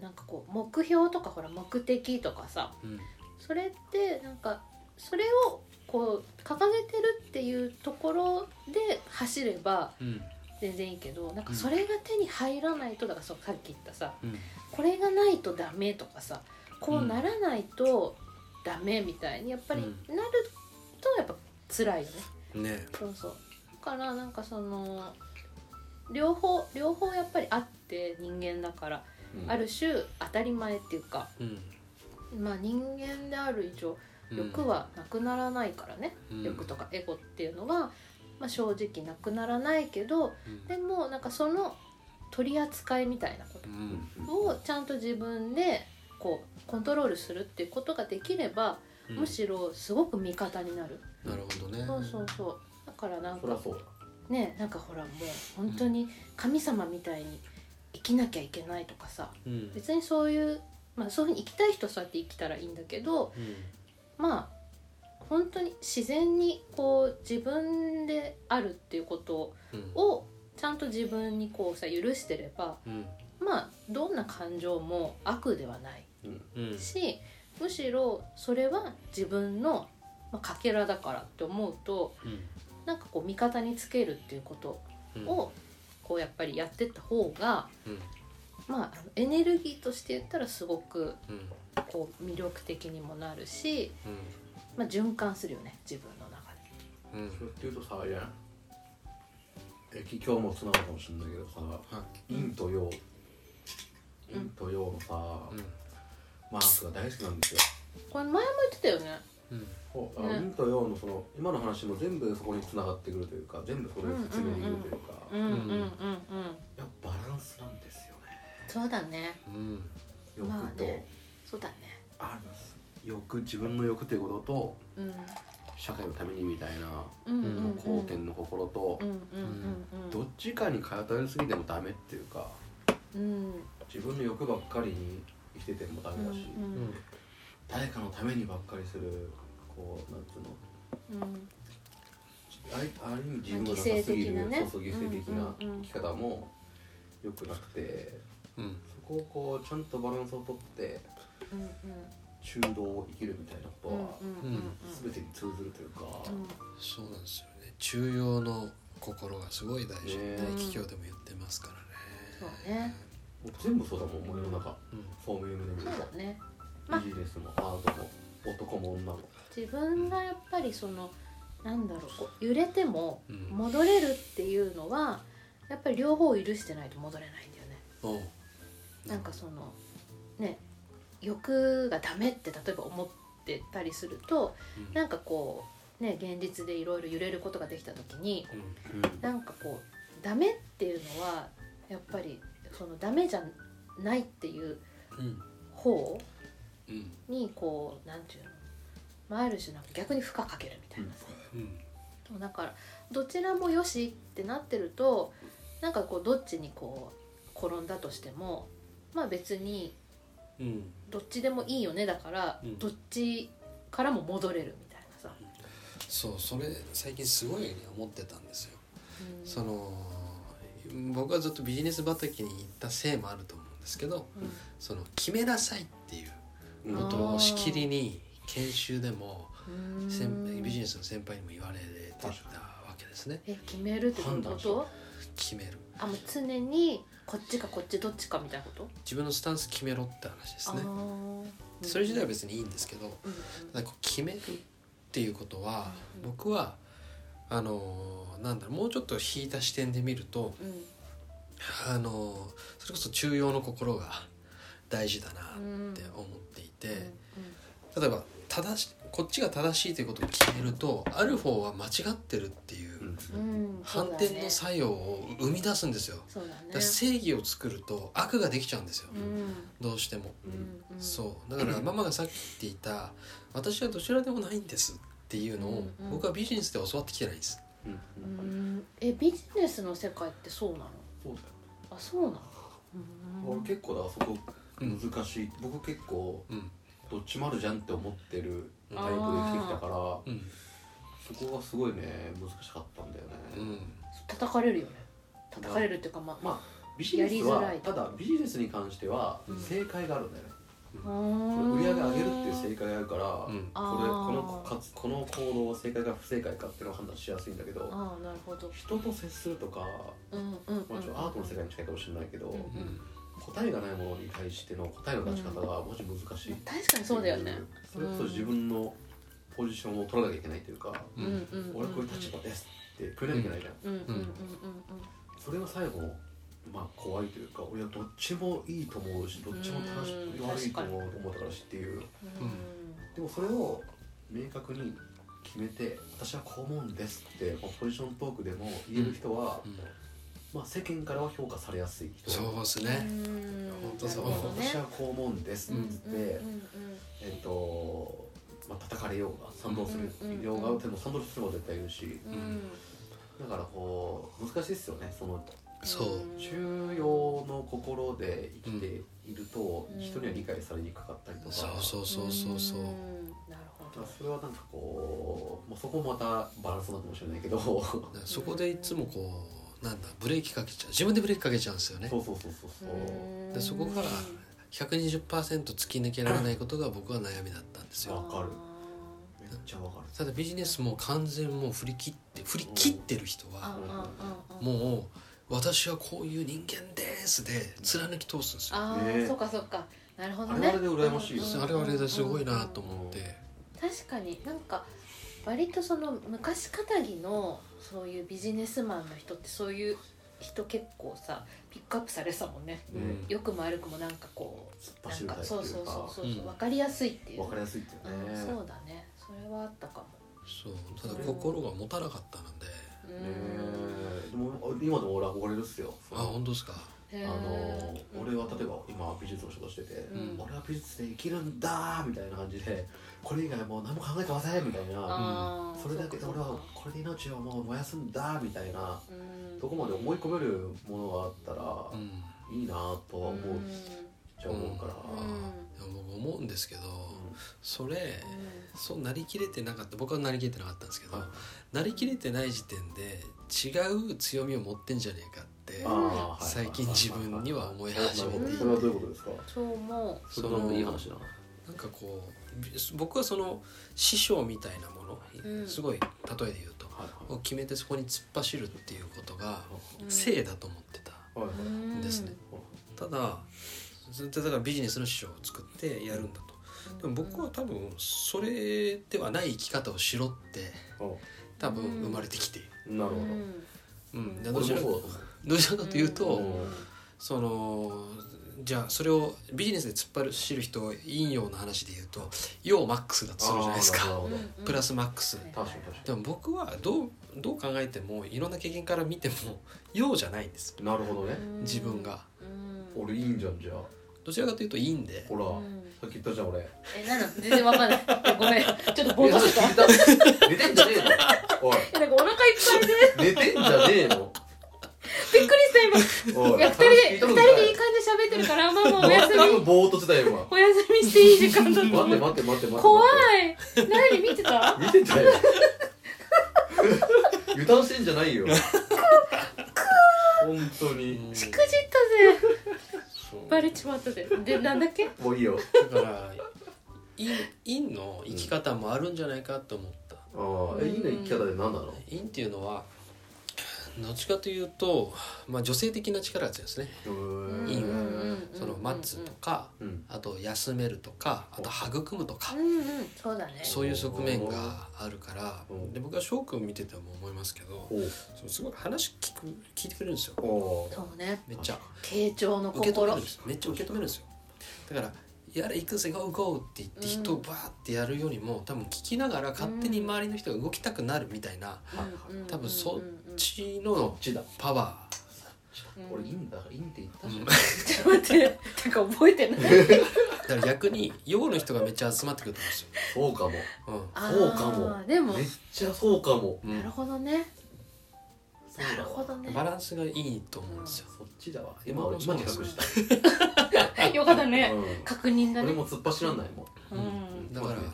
[SPEAKER 1] なんかこう目標とかほら目的とかさ
[SPEAKER 2] うん
[SPEAKER 1] それってなんかそれをこう掲げてるっていうところで走れば
[SPEAKER 2] うん
[SPEAKER 1] 全然いいけどなんかそれが手に入らないとだからそうさっき言ったさ
[SPEAKER 2] うん
[SPEAKER 1] これがないとダメとかさこうならないとダメみたいにやっぱりなるとやっぱ辛いよね。
[SPEAKER 2] ね
[SPEAKER 1] そうそうだからなんかその両方両方やっぱりあって人間だから、
[SPEAKER 3] うん
[SPEAKER 1] ある種当たり前っていうか
[SPEAKER 2] うん
[SPEAKER 1] まあ人間である以上
[SPEAKER 2] うん
[SPEAKER 1] 欲はなくならないからね、
[SPEAKER 2] うん
[SPEAKER 1] 欲とかエゴっていうのが、まあ、正直なくならないけど
[SPEAKER 2] うん
[SPEAKER 1] でもなんかその取り扱いみたいなこ
[SPEAKER 2] う
[SPEAKER 3] うん
[SPEAKER 2] ん
[SPEAKER 1] とをちゃんと自分でこうコントロールするっていうことができれば、
[SPEAKER 2] うん
[SPEAKER 1] むしろすごく味方になる、
[SPEAKER 2] なるほどね
[SPEAKER 1] そうそうそうだからなん
[SPEAKER 3] そ
[SPEAKER 1] か
[SPEAKER 3] りゃそうだ
[SPEAKER 1] ねなんかほらもう本当に神様みたいに生きなきゃいけないとかさ
[SPEAKER 2] うん
[SPEAKER 1] 別にそういう、まあ、そういうふうに生きたい人はそうやって生きたらいいんだけど
[SPEAKER 2] うん
[SPEAKER 1] まあ本当に自然にこう自分であるっていうこと
[SPEAKER 2] うん
[SPEAKER 1] をちゃんと自分にこうさ許してれば
[SPEAKER 2] うん
[SPEAKER 1] まあどんな感情も悪ではない
[SPEAKER 2] うん
[SPEAKER 1] しむしろそれは自分のまあかけらだからって思うと
[SPEAKER 2] うん
[SPEAKER 1] なんかこう味方につけるっていうこと
[SPEAKER 2] うん
[SPEAKER 1] をこうやっぱりやってった方が、
[SPEAKER 2] うん
[SPEAKER 1] まあ、あのエネルギーとして言ったらすごく
[SPEAKER 2] うん
[SPEAKER 1] こう魅力的にもなるし、
[SPEAKER 2] うん
[SPEAKER 1] まあ、循環するよね自分の中
[SPEAKER 2] うん
[SPEAKER 3] それっていうとさあれじゃないえき今日もつながるかもしれないけどさ
[SPEAKER 2] は
[SPEAKER 3] 陰と陽
[SPEAKER 1] うん
[SPEAKER 3] 陰と陽のさ、
[SPEAKER 2] い
[SPEAKER 3] マークが大好きなんですよ
[SPEAKER 1] でこれ前も言ってたよね
[SPEAKER 2] うん
[SPEAKER 3] おあの
[SPEAKER 1] ね
[SPEAKER 3] 陰と陽のその今の話も全部そこに繋がってくるというか全部それに説明できるというか、
[SPEAKER 1] うんうんうんうん
[SPEAKER 3] やっぱバランスなんですよね
[SPEAKER 1] そうだね
[SPEAKER 2] うん
[SPEAKER 3] 欲
[SPEAKER 1] まあ
[SPEAKER 3] と、
[SPEAKER 1] ねそうだね
[SPEAKER 3] あるんです欲自分の欲ということと
[SPEAKER 1] うん
[SPEAKER 3] 社会のためにみたいな
[SPEAKER 1] うんうんうん
[SPEAKER 3] 貢献の心と
[SPEAKER 1] うんうんうん
[SPEAKER 3] どっちかに偏りすぎてもダメっていうか
[SPEAKER 1] うん
[SPEAKER 3] 自分の欲ばっかりに生きててもダ
[SPEAKER 1] う
[SPEAKER 3] メ
[SPEAKER 1] ん
[SPEAKER 3] だし、
[SPEAKER 1] うん
[SPEAKER 2] うん
[SPEAKER 3] 誰かのためにばっかりするこうなんつうの
[SPEAKER 1] うん
[SPEAKER 3] あいある意味自分がなさすぎる、そうそう犠牲的な生き方も良くなくて
[SPEAKER 2] うん
[SPEAKER 3] そこをこうちゃんとバランスをとって
[SPEAKER 1] うんうん
[SPEAKER 3] 中道を生きるみたいな
[SPEAKER 1] う
[SPEAKER 3] こと
[SPEAKER 1] ん
[SPEAKER 3] は
[SPEAKER 1] うんうん
[SPEAKER 3] 全てに通ずるというか、
[SPEAKER 1] うん
[SPEAKER 2] そうなんですよね中庸の心がすごい大事
[SPEAKER 3] ね
[SPEAKER 2] 大企業でも言ってますからね
[SPEAKER 1] そうね
[SPEAKER 3] 僕全部そうだもんもう世の中
[SPEAKER 2] うん
[SPEAKER 3] そういう面で
[SPEAKER 1] そ
[SPEAKER 3] も
[SPEAKER 1] うだね
[SPEAKER 3] ビジネスもアートも男も女も
[SPEAKER 1] 自分がやっぱりそのなんだろうこう揺れても
[SPEAKER 2] うん
[SPEAKER 1] 戻れるっていうのはやっぱり両方を許してないと戻れないんだよね。
[SPEAKER 2] おう
[SPEAKER 1] なんかそのね欲がダメって例えば思ってたりすると
[SPEAKER 2] うん
[SPEAKER 1] なんかこうね現実でいろいろ揺れることができた時に
[SPEAKER 2] うん
[SPEAKER 1] なんかこうダメっていうのはやっぱりそのダメじゃないっていう
[SPEAKER 2] うん
[SPEAKER 1] 方
[SPEAKER 2] うん
[SPEAKER 1] にこうなんていうのまあある種なんか逆に負荷かけるみたいなさ。
[SPEAKER 2] うん
[SPEAKER 1] そうだからどちらもよしってなってるとなんかこうどっちにこう転んだとしてもまあ別に
[SPEAKER 2] うん
[SPEAKER 1] どっちでもいいよねだから、
[SPEAKER 2] うん
[SPEAKER 1] どっちからも戻れるみたいなさ、
[SPEAKER 2] そうそれ最近すごいね思ってたんですよ
[SPEAKER 1] うん
[SPEAKER 2] その僕はずっとビジネス畑に行ったせいもあると思うんですけど
[SPEAKER 1] うん
[SPEAKER 2] その決めなさいっていう
[SPEAKER 3] うん
[SPEAKER 2] こ
[SPEAKER 1] あ
[SPEAKER 2] とをしきりに研修でも
[SPEAKER 1] うん
[SPEAKER 2] 先ビジネスの先輩にも言われてたわけですね
[SPEAKER 1] え決めるってどういうこ
[SPEAKER 3] 判断しろ
[SPEAKER 1] と
[SPEAKER 2] 決める
[SPEAKER 1] あもう常にこっちかこっちどっちかみたいなこと
[SPEAKER 2] 自分のスタンス決めろって話ですね
[SPEAKER 1] あー
[SPEAKER 2] それ自体は別にいいんですけど
[SPEAKER 1] うん
[SPEAKER 2] ただこう決めるっていうことは
[SPEAKER 1] うん
[SPEAKER 2] 僕はあのーなんだろうもうちょっと引いた視点で見ると
[SPEAKER 1] うん
[SPEAKER 2] あのーそれこそ中庸の心が大事だな
[SPEAKER 1] うん
[SPEAKER 2] って思っていて、
[SPEAKER 1] う
[SPEAKER 2] 例えば正しこっちが正しいということを決めるとある方は間違ってるっていううん
[SPEAKER 1] んうんうん
[SPEAKER 2] 反転の作用を生み出すんですよ。
[SPEAKER 1] そうだねそうだ
[SPEAKER 2] だから
[SPEAKER 1] ね
[SPEAKER 2] 正義を作ると悪ができちゃうんですよ、
[SPEAKER 1] うん
[SPEAKER 2] どうしても。
[SPEAKER 1] うんうん
[SPEAKER 2] そう だからママがさっき言っていた「私はどちらでもないんです」っていうのを
[SPEAKER 1] うんうん
[SPEAKER 2] 僕はビジネスで教わってきてないんです。
[SPEAKER 3] うん
[SPEAKER 1] う
[SPEAKER 3] うん
[SPEAKER 1] んえビジネスの世界ってそうなの
[SPEAKER 3] そうだよ
[SPEAKER 1] あそうなのう
[SPEAKER 3] 俺
[SPEAKER 1] ん
[SPEAKER 3] 結構だからそこ難しい、僕結構
[SPEAKER 2] うん
[SPEAKER 3] どっちもあるじゃんって思ってるタイプで生きてきたから
[SPEAKER 2] うん
[SPEAKER 3] そこがすごいね難しかったんだよね、
[SPEAKER 2] うん
[SPEAKER 1] 叩かれるよね叩かれるっていうかまあ
[SPEAKER 3] まあビジネス
[SPEAKER 1] やりづ
[SPEAKER 3] は
[SPEAKER 1] らい
[SPEAKER 3] ただビジネスに関しては
[SPEAKER 1] うん
[SPEAKER 3] 正解があるんだよね、売り上げ上げるっていう正解があるから、こ
[SPEAKER 2] う
[SPEAKER 3] れ
[SPEAKER 2] ん
[SPEAKER 1] あー
[SPEAKER 3] このかつこの行動は正解か不正解かっていうのを判断しやすいんだけど
[SPEAKER 1] ああなるほど
[SPEAKER 3] 人と接するとか、
[SPEAKER 1] うんうんうん
[SPEAKER 3] まあ、ちょっとアートの世界に近いかもしれないけど、
[SPEAKER 1] うん
[SPEAKER 2] うん
[SPEAKER 3] 答えがないものに対しての答えの出し方がマジ難しい、
[SPEAKER 1] 確かにそうだよね
[SPEAKER 3] それこそ自分のポジションを取らなきゃいけないというか、
[SPEAKER 1] うんうんうん
[SPEAKER 3] 俺はこういう立場ですってくれなきゃいけないじゃん、
[SPEAKER 1] うんうんうんうんうん
[SPEAKER 3] それが最後まあ怖いというか俺はどっちもいいと思うしどっちも正
[SPEAKER 1] う
[SPEAKER 3] しい
[SPEAKER 1] ん
[SPEAKER 3] 悪いと思うと思ったからしっていう
[SPEAKER 1] うん
[SPEAKER 3] でもそれを明確に決めて私はこう思うんですって、まあ、ポジショントークでも言える人は、
[SPEAKER 2] うん
[SPEAKER 3] まあ、世間からは評価されやすい人
[SPEAKER 2] そうですね
[SPEAKER 1] うん
[SPEAKER 2] ほんとそ
[SPEAKER 1] な
[SPEAKER 2] う
[SPEAKER 1] るほどね
[SPEAKER 3] 私はこう思うんですっ
[SPEAKER 2] う
[SPEAKER 3] て
[SPEAKER 2] ん
[SPEAKER 3] 言って、
[SPEAKER 1] うんうんうん
[SPEAKER 3] えっ、とまあ叩かれようが賛同するようが、
[SPEAKER 1] うんうんうん
[SPEAKER 3] でも賛同する人も絶対いるし
[SPEAKER 1] うん
[SPEAKER 3] だからこう難しいですよねその
[SPEAKER 2] そう
[SPEAKER 3] 中庸の心で生きていると、
[SPEAKER 1] うん
[SPEAKER 3] 人には理解されにくかったりとか、
[SPEAKER 2] そうそうそうそうそうん
[SPEAKER 1] なるほ
[SPEAKER 3] だから
[SPEAKER 1] ど
[SPEAKER 3] それはなんかこう、まあ、そこもまたバランスなのかもしれないけどそう
[SPEAKER 2] だからそこでいつもこうなんだブレーキかけちゃう自分でブレーキかけちゃうんですよね
[SPEAKER 3] そうそうそうそう、
[SPEAKER 2] でそこから120%突き抜けられないことが僕は悩みだったんですよ
[SPEAKER 3] わかる
[SPEAKER 1] る
[SPEAKER 3] めっちゃわかる
[SPEAKER 2] ただビジネスも完全もう振り切って振り切ってる人は
[SPEAKER 1] う
[SPEAKER 2] もう私はこういう人間ですで貫き通すんですよ
[SPEAKER 1] あ
[SPEAKER 3] ね
[SPEAKER 1] あ
[SPEAKER 3] え
[SPEAKER 1] そうかそうかなるほど
[SPEAKER 3] あれ
[SPEAKER 1] ね
[SPEAKER 3] はあれで羨ましいよ
[SPEAKER 2] あれはあれですごいなと
[SPEAKER 1] 思
[SPEAKER 2] 思って
[SPEAKER 1] 確かになんか割とその昔かたぎのそういうビジネスマンの人ってそういう人結構さピックアップされてたもんね
[SPEAKER 2] うん
[SPEAKER 3] ね
[SPEAKER 1] 良くも悪くもなんかこ
[SPEAKER 3] 突っ
[SPEAKER 1] うな
[SPEAKER 3] 走
[SPEAKER 1] ん
[SPEAKER 3] るタ
[SPEAKER 1] か
[SPEAKER 3] イプ
[SPEAKER 1] そう
[SPEAKER 3] とい
[SPEAKER 1] そううそうそう
[SPEAKER 3] か
[SPEAKER 1] そう
[SPEAKER 2] うん
[SPEAKER 1] 分かりやすいっていう
[SPEAKER 3] わかりやすいっていう
[SPEAKER 1] うん
[SPEAKER 3] ね
[SPEAKER 1] そうだねそれはあったかも
[SPEAKER 2] そうただ心が持たなかったので
[SPEAKER 1] う
[SPEAKER 3] ね
[SPEAKER 1] ん
[SPEAKER 3] えでも今でも俺憧れるっすよ
[SPEAKER 2] あ本当ですか
[SPEAKER 1] へ
[SPEAKER 3] あ
[SPEAKER 1] ー
[SPEAKER 3] の
[SPEAKER 1] うん
[SPEAKER 3] 俺は例えば今美術の仕事してて、
[SPEAKER 1] うん
[SPEAKER 3] 俺は美術で生きるんだーみたいな感じで これ以外はもう何も考えてませんみたいな
[SPEAKER 1] あー
[SPEAKER 3] それだけで
[SPEAKER 1] そう
[SPEAKER 3] 俺
[SPEAKER 1] かそうか
[SPEAKER 3] はこれで命をもう燃やすんだーみたいな
[SPEAKER 1] うん
[SPEAKER 3] どこまで思い込めるものがあったら
[SPEAKER 2] うん
[SPEAKER 3] いいなーとは思うじゃ思うから、
[SPEAKER 2] でも僕思うんですけど
[SPEAKER 3] う
[SPEAKER 2] それそうなりきれてなかった僕はなりきれてなかったんですけ
[SPEAKER 3] ん
[SPEAKER 2] どなりきれてない時点で違う強みを持ってんじゃねえかって
[SPEAKER 3] あー
[SPEAKER 2] 最近自分には思い始め
[SPEAKER 1] ていて
[SPEAKER 3] それはどういうことですか
[SPEAKER 1] そう思う
[SPEAKER 3] それはもういい話だな
[SPEAKER 2] なんかこう僕はその師匠みたいなも
[SPEAKER 1] う
[SPEAKER 2] の
[SPEAKER 1] ん
[SPEAKER 2] すごい例えで言うと
[SPEAKER 3] はい
[SPEAKER 2] を決めてそこに突っ走るっていうことが
[SPEAKER 1] うん
[SPEAKER 2] 正だと思ってた
[SPEAKER 3] はいはいはい
[SPEAKER 1] うん
[SPEAKER 2] ですねただずっとだからビジネスの師匠を作ってやるんだとでも僕は多分それではない生き方をしろって多分生まれてきている、
[SPEAKER 3] あなるほど
[SPEAKER 1] うん
[SPEAKER 2] うん、
[SPEAKER 1] う
[SPEAKER 2] で
[SPEAKER 1] ん
[SPEAKER 2] どちらかどちらかというと、
[SPEAKER 3] うん
[SPEAKER 2] そのじゃあそれをビジネスで突っ走る人引用の話で言うと要マックスだとするじゃないです
[SPEAKER 3] あーなる
[SPEAKER 2] か
[SPEAKER 3] ほど
[SPEAKER 1] うん
[SPEAKER 2] プラスマックス、
[SPEAKER 1] うん
[SPEAKER 3] 確かに確か
[SPEAKER 2] でも僕はどうどう考えてもいろんな経験から見ても要じゃないんです
[SPEAKER 3] になるほどね
[SPEAKER 2] 自分が
[SPEAKER 1] うん
[SPEAKER 3] 俺いいんじゃんじゃあ
[SPEAKER 2] どちらかというといいんで
[SPEAKER 3] ほら、
[SPEAKER 1] うん
[SPEAKER 3] さっき言ったじゃん俺
[SPEAKER 1] えなの全然わかんないごめんちょっとぼーっとしてた
[SPEAKER 3] た寝てんじゃねえのおい
[SPEAKER 1] えなんかお腹いっぱいで
[SPEAKER 3] 寝てんじゃねえの
[SPEAKER 1] びっくりし
[SPEAKER 3] お
[SPEAKER 1] た今いや二人で二人でいい
[SPEAKER 3] い
[SPEAKER 1] 感じで喋ってるからまあまあお
[SPEAKER 3] 全
[SPEAKER 1] 休
[SPEAKER 3] く
[SPEAKER 1] み
[SPEAKER 3] ぼーっとしてたよ今
[SPEAKER 1] お休みしていい時間だと
[SPEAKER 3] 待って
[SPEAKER 1] 思う
[SPEAKER 3] 待って待って待って
[SPEAKER 1] 怖い何見てた
[SPEAKER 3] 見てたよ油断してんじゃないよ本当に
[SPEAKER 1] しくじったぜバレちまったぜでなんだっけ
[SPEAKER 3] もういいよ
[SPEAKER 2] だから陰陰の生き方もあるんじゃないかと思った
[SPEAKER 3] ああえいいの生き方で何なの
[SPEAKER 2] 陰っていうのはどっちかというと、まあ、女性的な力が強いですね
[SPEAKER 3] うん
[SPEAKER 2] いいね
[SPEAKER 1] うん
[SPEAKER 2] その待つとか
[SPEAKER 3] うん
[SPEAKER 2] あと休めるとかあと育むとか
[SPEAKER 1] うんうんそうだね
[SPEAKER 2] そういう側面があるから
[SPEAKER 3] うん
[SPEAKER 2] で僕は翔くん見てても思いますけど
[SPEAKER 3] おう
[SPEAKER 2] そうすごい話聞く聞いてくれるんですよ
[SPEAKER 3] おう
[SPEAKER 1] そうね
[SPEAKER 2] めっちゃ
[SPEAKER 1] 傾聴の
[SPEAKER 2] 受け止め
[SPEAKER 1] 心
[SPEAKER 2] るんですめっちゃ受け止めるんですよだから「やれ行くぜゴーゴー」って言って人をバーってやるよりも多分聞きながら勝手に周りの人が動きたくなるみたいな多分そっちの
[SPEAKER 3] ちだ
[SPEAKER 2] パワ
[SPEAKER 3] 俺いいんだいいって言った
[SPEAKER 2] ー、
[SPEAKER 3] じゃん
[SPEAKER 2] うん
[SPEAKER 1] ちょっと待ってなんか覚えてない
[SPEAKER 2] だから逆に陽の人がめっちゃ集まってくると
[SPEAKER 3] そうかも
[SPEAKER 2] 思うんで
[SPEAKER 3] そうか
[SPEAKER 1] あ
[SPEAKER 3] も
[SPEAKER 1] ーでも
[SPEAKER 3] めっちゃそうかも
[SPEAKER 2] すよ、うん
[SPEAKER 1] なるほどね
[SPEAKER 3] そうだわ
[SPEAKER 1] なるほどね
[SPEAKER 2] バランスがいいと思うんですよ、
[SPEAKER 3] そっちだわ今俺今自覚し た
[SPEAKER 1] よかったね
[SPEAKER 3] う
[SPEAKER 1] 確認だ
[SPEAKER 3] ん、俺
[SPEAKER 1] ね
[SPEAKER 3] も突っ走らないもん
[SPEAKER 1] う
[SPEAKER 2] うん
[SPEAKER 1] ん
[SPEAKER 2] だから
[SPEAKER 3] 今決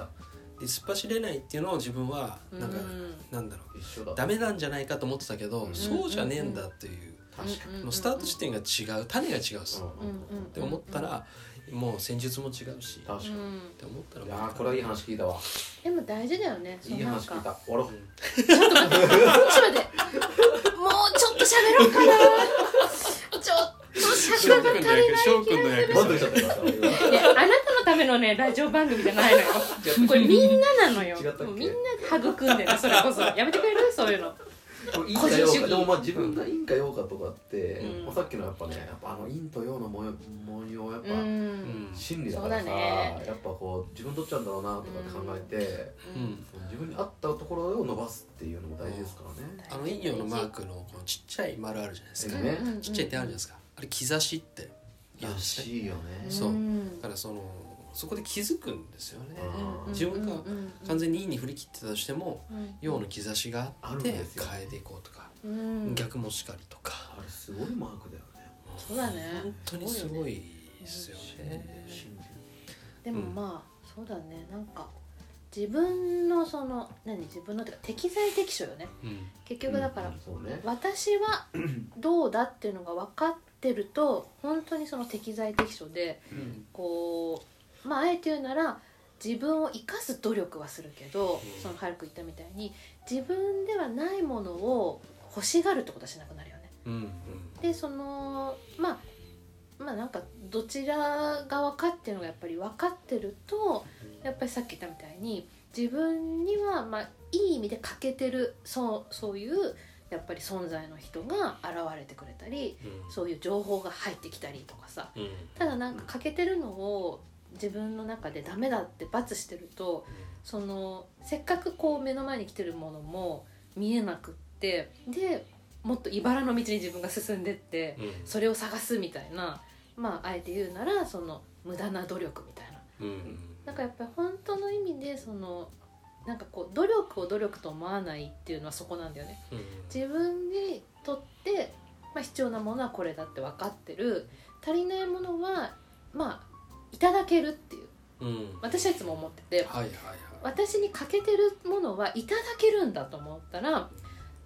[SPEAKER 2] で
[SPEAKER 3] め
[SPEAKER 2] 突っ走れないっていうのを自分はなんか、
[SPEAKER 1] うん
[SPEAKER 2] なんだろ
[SPEAKER 3] た一緒だ
[SPEAKER 2] うダメなんじゃないかと思ってたけど、
[SPEAKER 3] うん
[SPEAKER 2] そうじゃねえんだっていう,、
[SPEAKER 3] 確かに
[SPEAKER 1] うん
[SPEAKER 2] もうスタート地点が違う種が違うんです、
[SPEAKER 3] うん
[SPEAKER 1] うんうん
[SPEAKER 2] って思ったら、もう戦術も違うしっ
[SPEAKER 3] 確か
[SPEAKER 1] う
[SPEAKER 3] に、い
[SPEAKER 1] ん
[SPEAKER 2] て思ったら
[SPEAKER 3] や
[SPEAKER 2] ま
[SPEAKER 3] ー
[SPEAKER 2] た
[SPEAKER 3] これはいい話聞いたわ
[SPEAKER 1] でも大事だよねそ
[SPEAKER 3] い
[SPEAKER 1] の
[SPEAKER 3] い
[SPEAKER 1] なん
[SPEAKER 3] 話
[SPEAKER 1] か
[SPEAKER 3] 聞いた終わろ う
[SPEAKER 1] ちょっと待って、ちょっと待って、もうちょっと喋ろうかな。ちょっと
[SPEAKER 2] 翔
[SPEAKER 1] 尺
[SPEAKER 2] く
[SPEAKER 1] が足
[SPEAKER 2] んの
[SPEAKER 1] り
[SPEAKER 2] 役
[SPEAKER 1] ない
[SPEAKER 2] 翔くんの役
[SPEAKER 3] 満足しちゃった今
[SPEAKER 1] ね、あなたのためのね、ラジオ番組じゃないのよ。これみんななのよ。
[SPEAKER 3] 違ったっけ
[SPEAKER 1] もうみんなで育んでる、それこそ。やめてくれるそういうの。
[SPEAKER 3] でも陰
[SPEAKER 1] 個
[SPEAKER 3] か陽
[SPEAKER 1] 人主
[SPEAKER 3] か
[SPEAKER 1] 義
[SPEAKER 3] でもまあ自分が陰か陽かとかって、
[SPEAKER 1] うん
[SPEAKER 3] まあ、さっきのやっぱねやっぱあの陰と陽の模様模様はやっ
[SPEAKER 1] う
[SPEAKER 3] ぱ、
[SPEAKER 1] ん。
[SPEAKER 3] 心理だからさ、
[SPEAKER 1] そうだね
[SPEAKER 3] やっぱこう自分どっちなんだろうなとかって考えて、
[SPEAKER 2] うん
[SPEAKER 3] 自分に合ったところを伸ばすっていうのも大事ですからね、
[SPEAKER 2] あの陰陽のマークのこのちっちゃい丸あるじゃないです
[SPEAKER 3] う
[SPEAKER 2] か
[SPEAKER 3] んね
[SPEAKER 2] ちっちゃいってあるじゃないですかあれ兆しって言う
[SPEAKER 3] ら
[SPEAKER 2] んですね
[SPEAKER 3] しいよね、
[SPEAKER 2] そうんだからそのそこで気づくんですよね
[SPEAKER 3] うん
[SPEAKER 2] 自分が完全
[SPEAKER 1] に
[SPEAKER 2] に陰に振り切ってたとしても陽の兆しがあ
[SPEAKER 3] あ
[SPEAKER 2] っ
[SPEAKER 3] るん
[SPEAKER 2] て
[SPEAKER 3] ですよ
[SPEAKER 2] 変えていこうとか
[SPEAKER 1] うん
[SPEAKER 2] 逆もしかりとか
[SPEAKER 3] あれすごいマークだよね
[SPEAKER 1] そうだね
[SPEAKER 2] 本当にすごいですよね
[SPEAKER 3] 心
[SPEAKER 1] でもまあそうだねなんか自分のその何自分のってか適材適所よね
[SPEAKER 2] うん
[SPEAKER 1] 結
[SPEAKER 3] 理
[SPEAKER 1] 局だから
[SPEAKER 3] そうね
[SPEAKER 1] 私はどうだっていうのが分かってると本当にその適材適所で
[SPEAKER 2] うん
[SPEAKER 1] こうまああえて言うなら自分を生かす努力はするけど
[SPEAKER 2] うん
[SPEAKER 1] その早く言ったみたいに自分ではないものを欲しがるってことはしなくなるよね。
[SPEAKER 2] うん
[SPEAKER 1] でそのまあまあなんかどちら側かっていうのがやっぱり分かってるとやっぱりさっき言ったみたいに自分にはまあいい意味で欠けてるそうそういうやっぱり存在の人が現れてくれたり
[SPEAKER 2] うん
[SPEAKER 1] そういう情報が入ってきたりとかさ
[SPEAKER 2] うん
[SPEAKER 1] ただなんか欠けてるのを自分の中でダメだって罰してるとそのせっかくこう目の前に来てるものも見えなくってでもっと茨の道に自分が進んでって
[SPEAKER 2] うん
[SPEAKER 1] それを探すみたいなまああえて言うならその無駄な努力みたいな。
[SPEAKER 2] うん
[SPEAKER 1] なんかやっぱり本当の意味でそのなんかこう努力を努力と思わないっていうのはそこなんだよね。
[SPEAKER 2] うん
[SPEAKER 1] 自分にとって、まあ、必要なものはこれだって分かってる足りないものはまあいただけるっていう
[SPEAKER 2] うん
[SPEAKER 1] 私はいつも思ってて
[SPEAKER 2] はいはいはい
[SPEAKER 1] 私に欠けてるものはいただけるんだと思ったら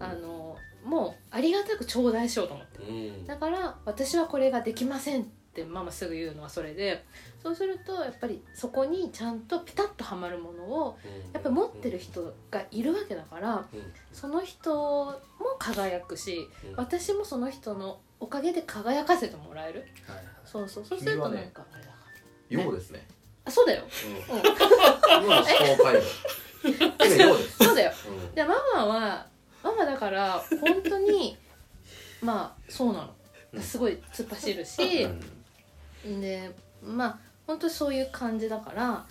[SPEAKER 1] あのもうありがたく頂戴しようと思って。
[SPEAKER 2] うん
[SPEAKER 1] だから私はこれができませんってママすぐ言うのはそれでそうするとやっぱりそこにちゃんとピタッとはまるものをやっぱり持ってる人がいるわけだから
[SPEAKER 2] うん
[SPEAKER 1] その人も輝くし
[SPEAKER 2] うんはい
[SPEAKER 1] 私もその人のおかげで輝かせてもらえるそうそうそうするとなんかあれだから
[SPEAKER 3] 陽ですね、
[SPEAKER 1] あそうだよ
[SPEAKER 3] うん、今の思考 回路今陽です、
[SPEAKER 1] そうだよ
[SPEAKER 3] うん
[SPEAKER 1] でママはママだから本当に まあそうな
[SPEAKER 3] うん
[SPEAKER 1] のすごい突っ走るし
[SPEAKER 3] うん
[SPEAKER 1] でまあ本当にそういう感じだから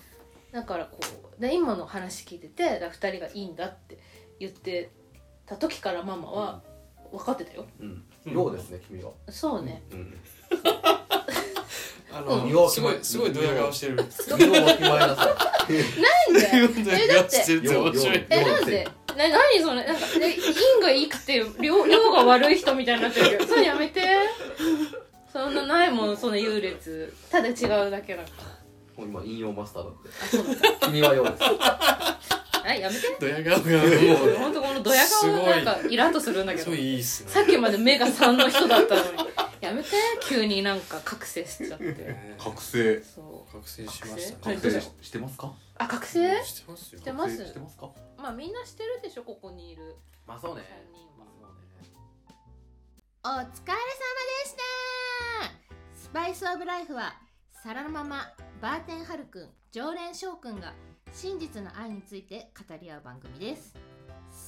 [SPEAKER 1] だからこうで今の話聞いててだ2人がいいんだって言ってた時からママは分かってたよ、
[SPEAKER 3] うん陽ですね君は、
[SPEAKER 1] そうね
[SPEAKER 3] うん、
[SPEAKER 2] あ
[SPEAKER 1] うん
[SPEAKER 2] のすごいすごいドヤ顔してる
[SPEAKER 3] 君をわきまえなさ
[SPEAKER 1] な
[SPEAKER 3] い
[SPEAKER 1] ん で
[SPEAKER 2] え
[SPEAKER 1] だって
[SPEAKER 2] 全然面白い
[SPEAKER 1] えなんでな何それなんかえ陰がいいくて 量量が悪い人みたいになってるけどそれやめてそんなないもんそんな優劣ただ違うだけだか
[SPEAKER 3] もう今引用マスターだって
[SPEAKER 1] らあそうだ
[SPEAKER 3] 君は陽です
[SPEAKER 1] あやめて
[SPEAKER 2] ドヤ顔が もう
[SPEAKER 1] 本当このドヤ顔がなんかイラッとするんだけ
[SPEAKER 2] す
[SPEAKER 1] ど
[SPEAKER 2] ごいいいっすね
[SPEAKER 1] さっきまで目が3の人だったのにやめて急になんか覚醒しちゃって
[SPEAKER 2] ね
[SPEAKER 3] 覚醒
[SPEAKER 1] そう
[SPEAKER 2] 覚醒しました
[SPEAKER 1] 覚
[SPEAKER 3] 覚
[SPEAKER 1] 醒
[SPEAKER 3] 醒してますか
[SPEAKER 1] あ覚醒
[SPEAKER 2] してますよ
[SPEAKER 1] してます
[SPEAKER 3] 覚醒してますか
[SPEAKER 1] まあみんなしてるでしょここにいる
[SPEAKER 3] まあそうね
[SPEAKER 1] 3人は
[SPEAKER 4] お疲れ様でしたスパイスオブライフは皿のままバーテンハルくん常連翔くんが真実の愛について語り合う番組です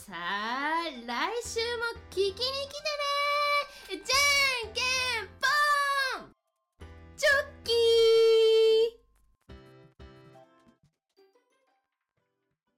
[SPEAKER 4] さあ来週も聞きに来てね